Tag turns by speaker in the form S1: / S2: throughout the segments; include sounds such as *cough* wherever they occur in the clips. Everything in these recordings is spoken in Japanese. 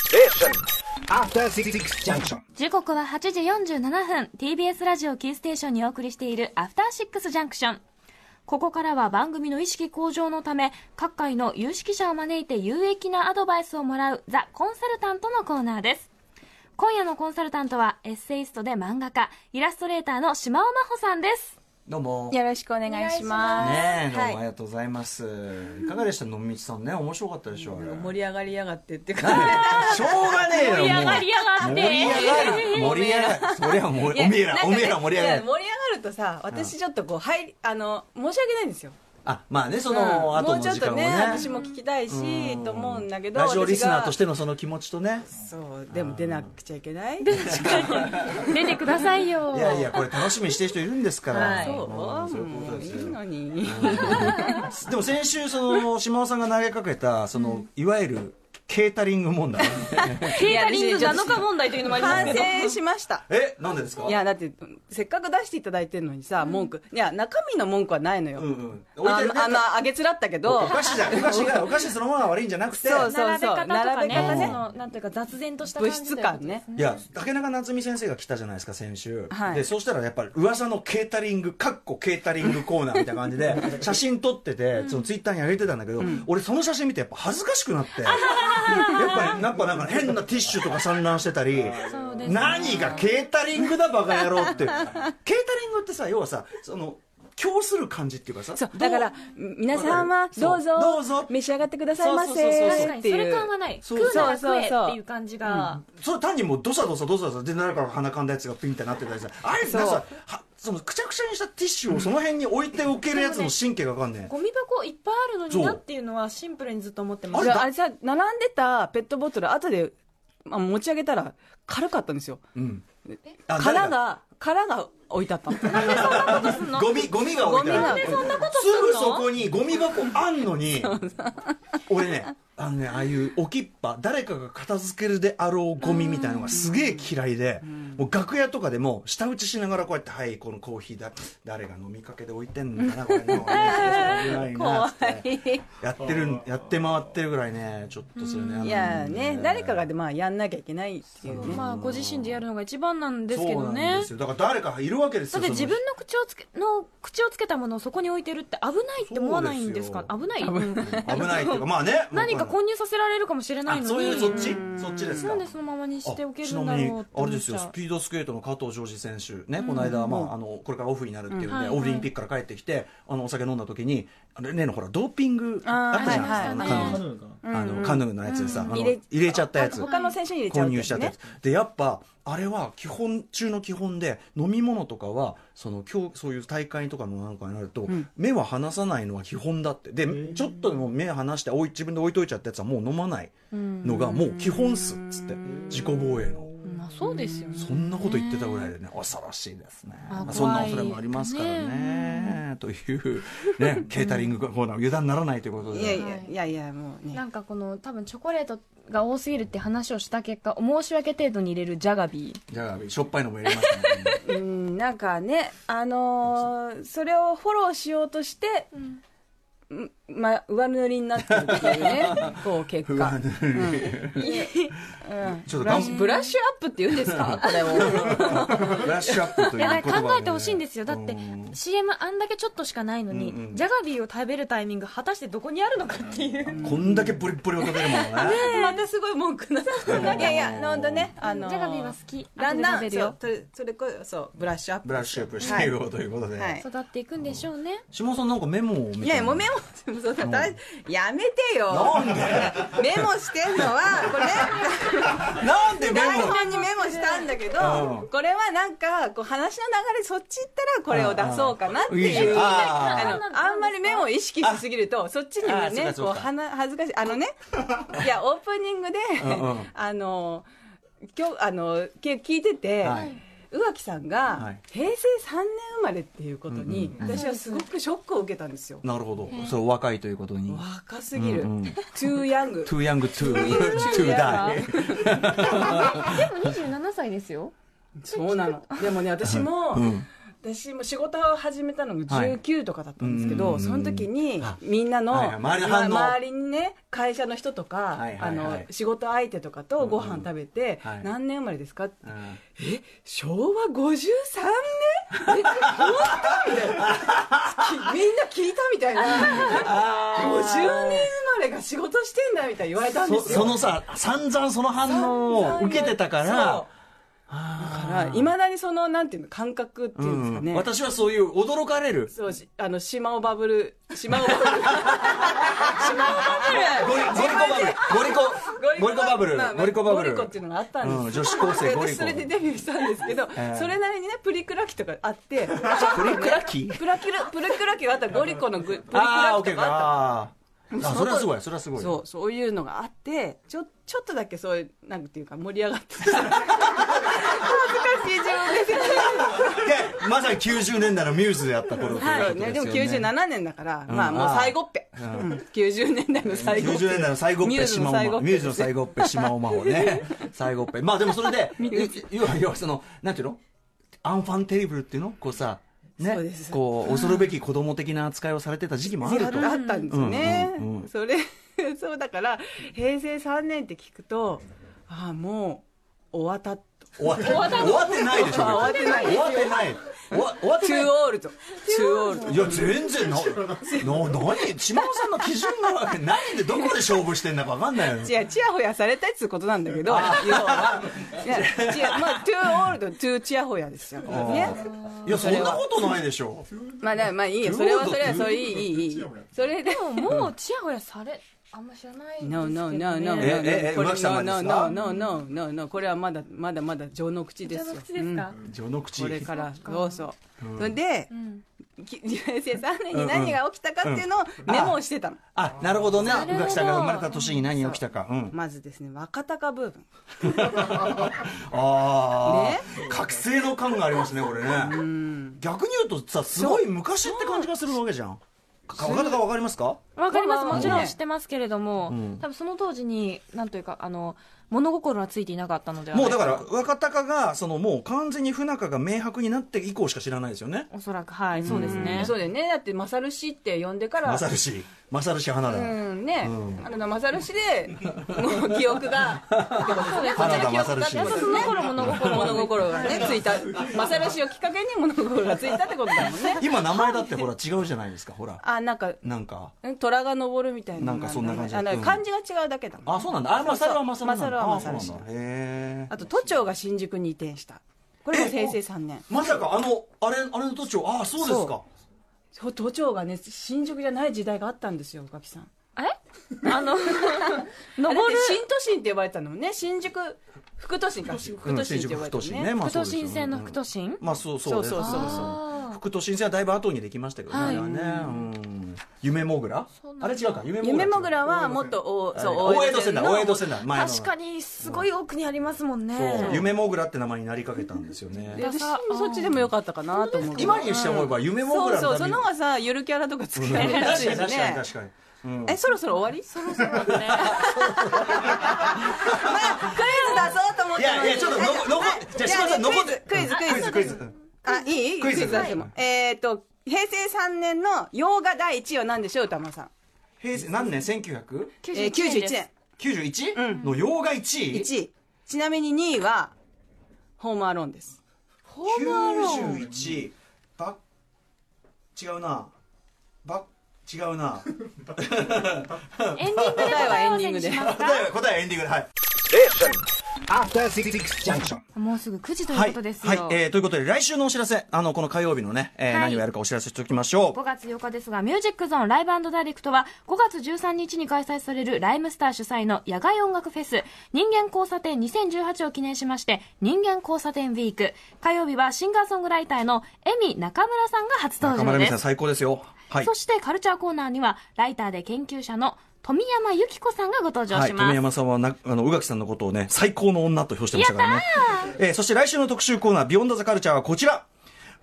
S1: Station. After Six Junction.
S2: 時刻は8時47分 TBS ラジオキーステーションにお送りしている「アフターシックスジャンクション」ここからは番組の意識向上のため各界の有識者を招いて有益なアドバイスをもらう「ザ・コンサルタント」のコーナーです今夜のコンサルタントはエッセイストで漫画家イラストレーターの島尾真帆さんです
S3: どうも。ね
S4: よろしくお願いします。
S3: え、どうもあ
S4: は
S3: り
S4: い
S3: がとうございます。いかがでしたのみちさんね、面白かったでしょう。あれ
S4: 盛り上がりやがってっていう
S3: なん
S4: か。
S3: でしょうがねえよ。
S2: 盛り上がりやがっ
S3: もう盛り
S2: て
S3: 上がる。盛り上がる。そりゃもう、お
S4: いや
S3: めえら
S4: な、
S3: お
S4: んかね
S3: めえら盛り上が
S4: いや
S3: る。
S4: 盛り上がるとさ、私ちょっとこう、はい、あの、申し訳ないんですよ。
S3: あ、まあね、そ
S4: うん
S3: の、後
S4: も
S3: の
S4: うちょっ
S3: 時
S4: と
S3: 間も
S4: ね、
S3: ね。
S4: 私も聞きたいし、と思うんだけど。。
S3: ラジオリスナーとしててのその気持ちとね。
S4: そう、でも出なくちゃいけない。
S2: 出てくださいよ
S3: いやいや、これ楽しみにしてる人いるんですか
S4: は
S3: ら。
S4: い。そう、
S3: もうそういうこ
S4: も
S3: と
S4: う
S3: で
S4: い
S3: す
S4: い
S3: よ
S4: の。に。
S3: でも先週、その、島尾さんが投げかけた、その、いわゆる、ケータリング問
S4: *laughs*
S3: 題。
S2: ケータリング7日問題というのもありますけ
S4: 反
S2: ど
S4: 省しました。
S3: え、なんでですか
S4: いやだってせっかく出していただいてるのにさ、文句いや中身の文句はないのよ、
S3: うんうん置い
S4: あ
S3: てる
S4: のあのあげつらったけど
S3: お菓子じゃお菓子がお菓子そのものが悪いんじゃなくて
S4: そう
S2: 並べ方とかね
S4: 並べ方
S3: ね
S2: そのなんていうか雑然とした感
S4: 物
S2: じ
S4: 質
S2: ということ
S4: 感
S2: です
S4: ね
S3: いや竹中夏実先生が来たじゃないですか先週、
S4: はい
S3: でそうしたらやっぱり噂のケータリングかっこケータリングコーナーみたいな感じで
S2: *laughs*
S3: 写真撮っててそのツイッターに上げてたんだけど、俺その写真見てやっぱ恥ずかしくな
S2: *laughs*
S3: ってやっぱりなんかなんか変なティッシュとか散乱してたり
S2: *laughs* そうですね
S3: 何がケータリングだバカ野郎ってケータリングってさ要はさその供する感じっていうかさ
S4: そうだから皆様
S3: そう
S4: どうぞ
S3: どうぞ
S4: 召し上がってくださいま
S3: そうそう
S2: 確
S4: せ
S2: か
S4: っ
S2: に
S4: て
S2: そ
S4: い
S2: れ
S4: う
S2: 感はない
S3: そう
S2: 食うなら
S4: そ
S2: 食
S4: うそう
S2: え
S4: そう
S2: っていう感じが
S3: それ単にもうドサドサドサドサで誰かが鼻かんだやつがピンってなってたりさあれなんかさはそのくちゃくちゃにしたティッシュをその辺に置いておけるやつの神経がわかんねえ
S2: ゴミ箱いっぱいあるの
S3: そ
S2: に
S3: う
S2: なっていうのはシンプルにずっと思ってま
S3: あ
S2: す
S3: れ
S4: じ
S3: だ
S4: ゃああれさ並んでたペットボトル後で、まあ、持ち上げたら軽かったんですよ
S3: うんあ
S4: 殻が殻が置いてあ
S3: *laughs*
S4: ったの
S3: 誰だゴミゴミが置いてある
S4: ゴミが
S3: すぐそこにゴミ箱あんの
S2: *laughs*
S3: に俺ねあのねああいう置きっぱ誰かが片付けるであろうゴミみたいのがすげえ嫌いでもう楽屋とかでも舌打ちしながらこうやって「はいこのコーヒーだ誰が飲みかけで置いてんのかなこれね俺
S2: *laughs*
S3: ね
S4: 怖い
S3: やってるんやって回ってるぐらいねちょっとそれね
S4: いやね誰か
S3: が
S4: がでまあやんなきゃいけないっていうね
S2: まあご自身でやるのが一番なんです
S3: そう
S2: けど
S3: なん
S2: ね
S3: ですよだから誰かいるわけです
S2: だ
S3: よ
S2: って自
S3: その
S2: 分の口をつけの口をつけたものをそこに置いてるって危ないって思わないんですか
S3: そ
S2: 危ないうん
S3: 人危ないっていうかまあね
S2: 何か
S3: わん
S2: 混入させられるかもしれな
S3: な
S2: い
S3: いあ
S2: の
S3: そういう
S2: に
S3: そっちそっちですか
S2: なんでそのままにしておけるんだ
S3: あちなみ
S2: ろう
S3: に
S2: って
S3: あれ
S2: 思
S3: で
S2: っ
S3: す
S2: ち
S3: よ
S2: ゃ
S3: ス
S2: う
S3: ピードスケートの加藤ジョージ選手ねこの間まああのこれからオフになるっていうん
S2: は
S3: で
S2: いはい
S3: オリンピックから帰ってきてあのお酒飲んだ時にあの例のほらドーピング
S4: あー
S3: あったじゃないですか
S2: はいはい
S3: あのあのカヌーのやつでさあの
S4: 入れ
S3: 入れちゃったやつ
S4: 他の選手に入れちゃ
S3: 購
S4: うって
S3: 入
S4: や
S3: し
S4: つ
S3: ちゃったやつ、でやっぱあれは基本中の基本で飲み物とかはその今日そういう大会とかのなんかになると、目は離さないのは基本だってでちょっとでも目離しておい自分で置いといちゃったやつはもう飲まないのがもう基本っすっつって自己防衛の
S2: まあそうですよね
S3: そんなこと言ってたぐらいでね恐ろしいですね
S2: あ
S3: まあ、そんな
S2: 怖い
S3: 恐れもありますからねというねケータリングコーナー油断ならないということで
S4: いやいやいやいやもうね
S2: なんかこの多分チョコレートが多すぎるって話をした結果申し訳程度に入れるジャガビー
S3: じゃあしょっぱいのも入れましたね
S4: うんなんかねあのーそれをフォローしようとして、うんまあ、上塗りになってるっていう
S3: *laughs*
S4: ねこう結
S3: 不
S4: 果
S3: 安、
S4: うん
S3: ちょっと
S4: ブラ
S3: 頑
S4: ッシュブラッシュアップって言うんですかこれを
S3: ブラッシュアップという
S2: いやだ
S3: 言
S2: から
S3: 葉をね
S2: 考えてほしいんですよだって
S3: うん
S2: CM あんだけちょっとしかないのに、
S3: うんうん
S2: ジャガビーを食べるタイミング果たしてどこにあるのかっていう、
S3: こんだけボリッボリを食べるものね
S4: またすごい文句なさいやいや本当ねあのー
S2: ジャガビーは好き
S4: だんだ
S2: 後で
S4: ん
S2: 食べる
S4: そう
S2: よ
S4: それそれこそそうブラッシュアップ
S3: ブラッシュアップしていこうということで、
S4: はいはい
S2: 育っていくんでしょうね
S3: 下尾さんなんかメモを見
S4: いやもうメ
S3: モ
S4: モもそうだ大やめてよ
S3: なんで
S4: メモしてんのはこれ
S3: なんでメ
S4: 台
S3: モ
S4: 本にメモしたんだけ
S3: う
S4: ど
S3: ん
S4: これはなんかこう話の流れそっち行ったらこれを出そうかなって
S3: いいじゃ
S4: い
S3: ん
S4: う
S3: あ
S4: あ
S3: ー
S4: のあんまりメモを意識しすぎるとそっちに
S3: あ
S4: も
S3: ーそうか
S4: ね
S3: そう
S4: こ
S3: か
S4: うはな恥ずかしいあ
S3: *laughs*
S4: のねいやオープニングで
S3: うんうん
S4: あの今日あのけ聞いてて
S3: はい
S4: 宇垣さん
S3: は
S4: が
S3: い
S4: 平成3年生まれっていうことに私はすごくショックを受けたんですよ
S3: なるほどそう若いということに
S4: 若すぎる
S3: うんうん
S4: too young
S3: *laughs* too young to *laughs* to die
S2: でも27歳ですよ
S4: そうなのでもね私も、
S3: ん
S4: 私も仕事を始めたのが19とかだったんですけど、
S3: はい
S4: その時に
S3: あ
S4: みんなの、
S3: はいはい周りの反応
S4: まあ周りにね会社の人とか、
S3: はいはいはい
S4: あの仕事相手とかとご飯食べて、
S3: うんうんはい
S4: 何年生まれですかって、
S3: うん
S4: え昭和53年え本当みたいなきみんな聞いたみたいな50年生まれが仕事してんだみたいに言われたんで
S3: そ
S4: すよ
S3: そのさ散々その反応を受けてたから
S4: からいまだにそのなんていうの感覚っていうんですかね、
S3: うん私はそういう驚かれる
S4: そうしあの島をバブル島
S3: *laughs*
S4: をバブル島をバ
S3: ゴリゴリコバブルゴリコゴリコバブ
S4: ブル
S3: ル
S4: まあまあ
S3: ゴリコバブ
S4: ゴ
S3: ル
S4: リコっていうのがあったん
S3: うん
S4: です
S3: 女子高生
S4: で
S3: ゴリ
S4: 私
S3: コ
S4: それでデビューしたんですけど、
S3: ええ
S4: それなりにねプリクラ機とかあって
S3: プリクラ機
S4: プラキラプリクラ機があったゴリコのグプリク
S3: あ
S4: ラ
S3: ーオッケ
S4: 機
S3: ー
S4: とかあっ
S3: あーあそれはすごいそれはす
S4: た
S3: ごい
S4: そうそういうのがあってちょちょっとだけそういうなんていうか盛り上がって
S3: *laughs*
S4: た恥ずかしい自分で
S3: でまさに90年代のミューズであった頃ということ
S4: はい、
S3: すよ
S4: ね、でも97年だから、
S3: ん
S4: まあもう最後っぺ、
S3: う
S4: うんん90年代の最後っぺ
S3: 90年代の最後っ
S4: ミュ
S3: ぺ
S4: ーズ
S3: 島
S4: の
S3: 尾
S4: 最
S3: 真
S4: 後っ
S3: 帆
S4: ぺ
S3: ミューズの最後っぺ島尾真帆
S4: *laughs*
S3: ね最後っぺまあでもそれでい要は要はそのなんていうのアンファンテリブルっていうのこうさ
S4: そう
S3: ね
S4: です
S3: こう恐るべき子供的な扱いをされてた時期もあると
S4: あったんですよね、
S3: うんうんうん
S4: それ *laughs* そうだから平成3年って聞くとああもう *laughs* 終わった
S3: 終わって終わってないでしょ別に
S4: 終わってない
S3: 終わってない終わ終わって
S4: 中
S3: ない
S4: オールと中オールと
S3: いや全然なな何島尾さんの基準が何でどこで勝負してんだか分かんないよ
S4: いやチヤホヤされたいっつうことなんだけど要はいやチヤまあトゥーオールドトゥーチヤホヤですよね
S3: いやそんなことないでしょ
S4: まあだからまあいいよそれはそれはそれいいいいいいそれで
S2: でももうチヤホヤされあんま知らないんですけど
S4: No,
S2: ね
S4: no, no, no, no,
S3: えええ
S4: no. これ
S3: 浮気様ですか
S4: No, no, no, no, no, no. これはまだ、まだまだ情の口ですよ。
S2: お茶の口ですか、
S3: 序の
S4: う
S3: 口
S4: んこれから、そうそう。それで、き平成3年に何が起きたかっていうのをメモをしてたの。
S3: あなるほどね
S2: るほ
S3: 宇
S2: ど
S3: 垣さんが生まれた年に何が起きたかうん
S4: まずですね、若鷹ブーム。
S3: あ
S4: ね
S3: あ覚醒の感がありますねこれね逆に言うとさすごい昔って感じがするわけじゃんか若かわかりますか
S2: わかります、
S4: まあ
S2: もちろん
S4: ね
S2: 知ってますけれども、多分その当時に、なんというか、あの物心はついていなかったのでは、
S3: もうだからら若隆がそのもう完全に不仲が明白になって以降しか知らないですよね
S2: おそらく、はい、そうですね、
S4: そうだよね。だって、マサル氏って呼んでから、
S3: 勝氏勝氏花田
S4: うん、ね。あの、マサル氏で、もう記憶が、
S3: 花田勝氏
S2: やっぱその頃物心は
S4: 物心がね、ついた。マサル氏をきっかけに物心がついたってことだもんね。
S3: 今名前だってほら違うじゃないですかほら
S4: あ、なんか、
S3: なんか
S4: ん虎が登るみたいな
S3: なんかそんな感じだ
S4: あの
S3: うん
S4: 漢字が違うだけだもん
S3: あそうなんだあ勝は勝なんだ
S4: マサルはマサル
S3: あそうなんだへえ
S4: あと都庁が新宿に移転したこれも平成3年
S3: まさかあのあれあれの都庁ああそうですか
S4: そそう都庁がね新宿じゃない時代があったんですよガキさん
S2: えあの
S4: あれっ
S2: 登
S4: て
S2: る
S4: 新都心って呼ばれてたのもね新宿副都心か副都心って呼ばれてたのね
S3: まあ
S2: 副
S3: そう
S2: 都
S3: ですよ
S2: 心線の副都心、
S3: まあそうそう
S4: そう
S3: です
S4: そうそうそう
S2: あー
S3: 副都心線はだいぶ後にできましたけどね、
S2: はい
S3: あれはね、うん、夢もぐらあれ違うか夢もぐら
S4: 夢もぐら
S3: は
S4: はもっとおそう
S3: 大江戸線だ
S4: の
S3: 大江戸線だ前の
S2: 確かにすごい奥にありますもん
S3: そう
S2: ね。
S3: 夢もぐらって名前になりかけたんですよ
S4: で
S3: ね
S4: 私もそっちでもよかったかなと思う
S3: 今にして思えば夢もぐ
S4: そう
S3: ら
S4: そう
S3: だ
S4: その方がさゆるキャラとかつけ
S3: 確
S4: ら
S3: か
S4: れ
S3: に
S4: やすいし
S3: 確かに
S4: ね
S3: 確かに、うん
S4: えそろそろ終わりそろそろだねまあクイズ出そうと思っ
S3: い
S4: て
S3: やいやちょっとのこのこじゃあ
S4: じゃ
S3: 島
S4: あ
S3: 田さん残って
S4: クイズク
S3: うんクイズクイ
S4: イズ
S3: ズ
S4: あいい
S3: クイズ
S4: 出してもえっと平成3年の洋画第1位は何でしょう歌間さん
S3: 平成何年 1991?
S4: えー91年
S3: の洋画1位
S4: 1位ちなみに2位はホームアローンです
S2: ホームアローン。
S3: 91バッ違うなバッ違うな
S2: エンディングで答え合わせにしますか。
S3: 答えは答えはエンディングではい
S1: After Six Junction.
S2: もうすぐ9時という
S3: は
S2: こ
S3: い、
S2: とですよ。
S3: はいえーということで来週のお知らせあのこの火曜日のね、えー
S2: はい
S3: 何をやるかお知らせしておきましょう
S2: 5月8日ですが、ミュージックゾーンライブダイレクトは、5月13日に開催されるライムスター主催の野外音楽フェス、人間交差点2018を記念しまして、人間交差点ウィーク。火曜日はシンガーソングライターのエミ中村さんが初
S3: 中
S2: 登
S3: 村
S2: 場
S3: 美
S2: で
S3: さん
S2: す。
S3: 最高ですよはい
S2: そしてカルチャーコーナーには、ライターで研究者の富山由紀子さんがご登場
S3: はい、
S2: しま
S3: 富
S2: す。
S3: 山さんはな、あの、宇垣さんのことをね、最高の女と評してましたからね。えーそして来週の特集コーナー、ビヨンドザカルチャーはこちら。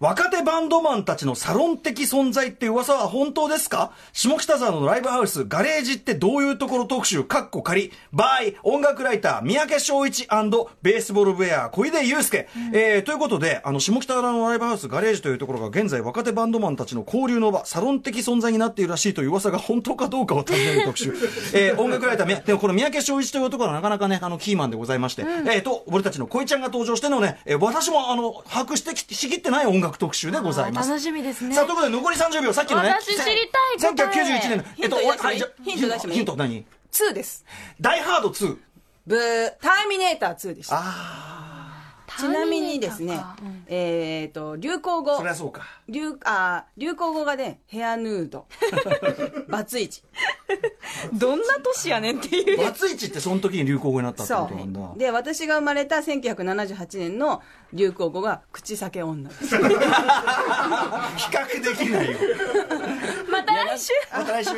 S3: 若手バンドマンたちのサロン的存在って噂は本当ですか下北沢のライブハウス、ガレージってどういうところ特集、カッコ仮、バイ、音楽ライター、三宅昭一ベースボールウェア、小出祐介。えーということで、あの、下北沢のライブハウス、ガレージというところが現在若手バンドマンたちの交流の場、サロン的存在になっているらしいという噂が本当かどうかを尋ねる特
S4: *laughs*
S3: 集。えー音楽ライター、みでもこの三宅昭一という男がなかなかね、あの、キーマンでございまして、えーと、俺たちの小井ちゃんが登場してのね、えー私もあの、把握してきしきってない音楽特集でございます。
S2: 楽しみですね
S3: さあ、ということで残り30秒、さっきのね。
S2: 私知りたい答え
S3: 1991年の、えっと、
S4: ヒント出
S3: はい
S4: してもいい
S3: じゃあ
S4: ヒント出してもいい
S3: ヒント何
S4: 2です。
S3: ダイハード2。
S4: ブー、ターミネーター2でした。ちなみにですね
S2: ターミネーターか、
S4: えっと、流行語
S3: そり。ゃそうか。
S4: 流あー流行語がね、ヘアヌード。バツイチ。
S2: どんな年やねんっていう
S3: バツイチってその時に流行語になったってこ
S4: そ
S3: となんだ。
S4: う。で、私が生まれた1978年の流行語が、口裂け女です。
S3: 比較できないよ。
S2: また来週
S3: また来週。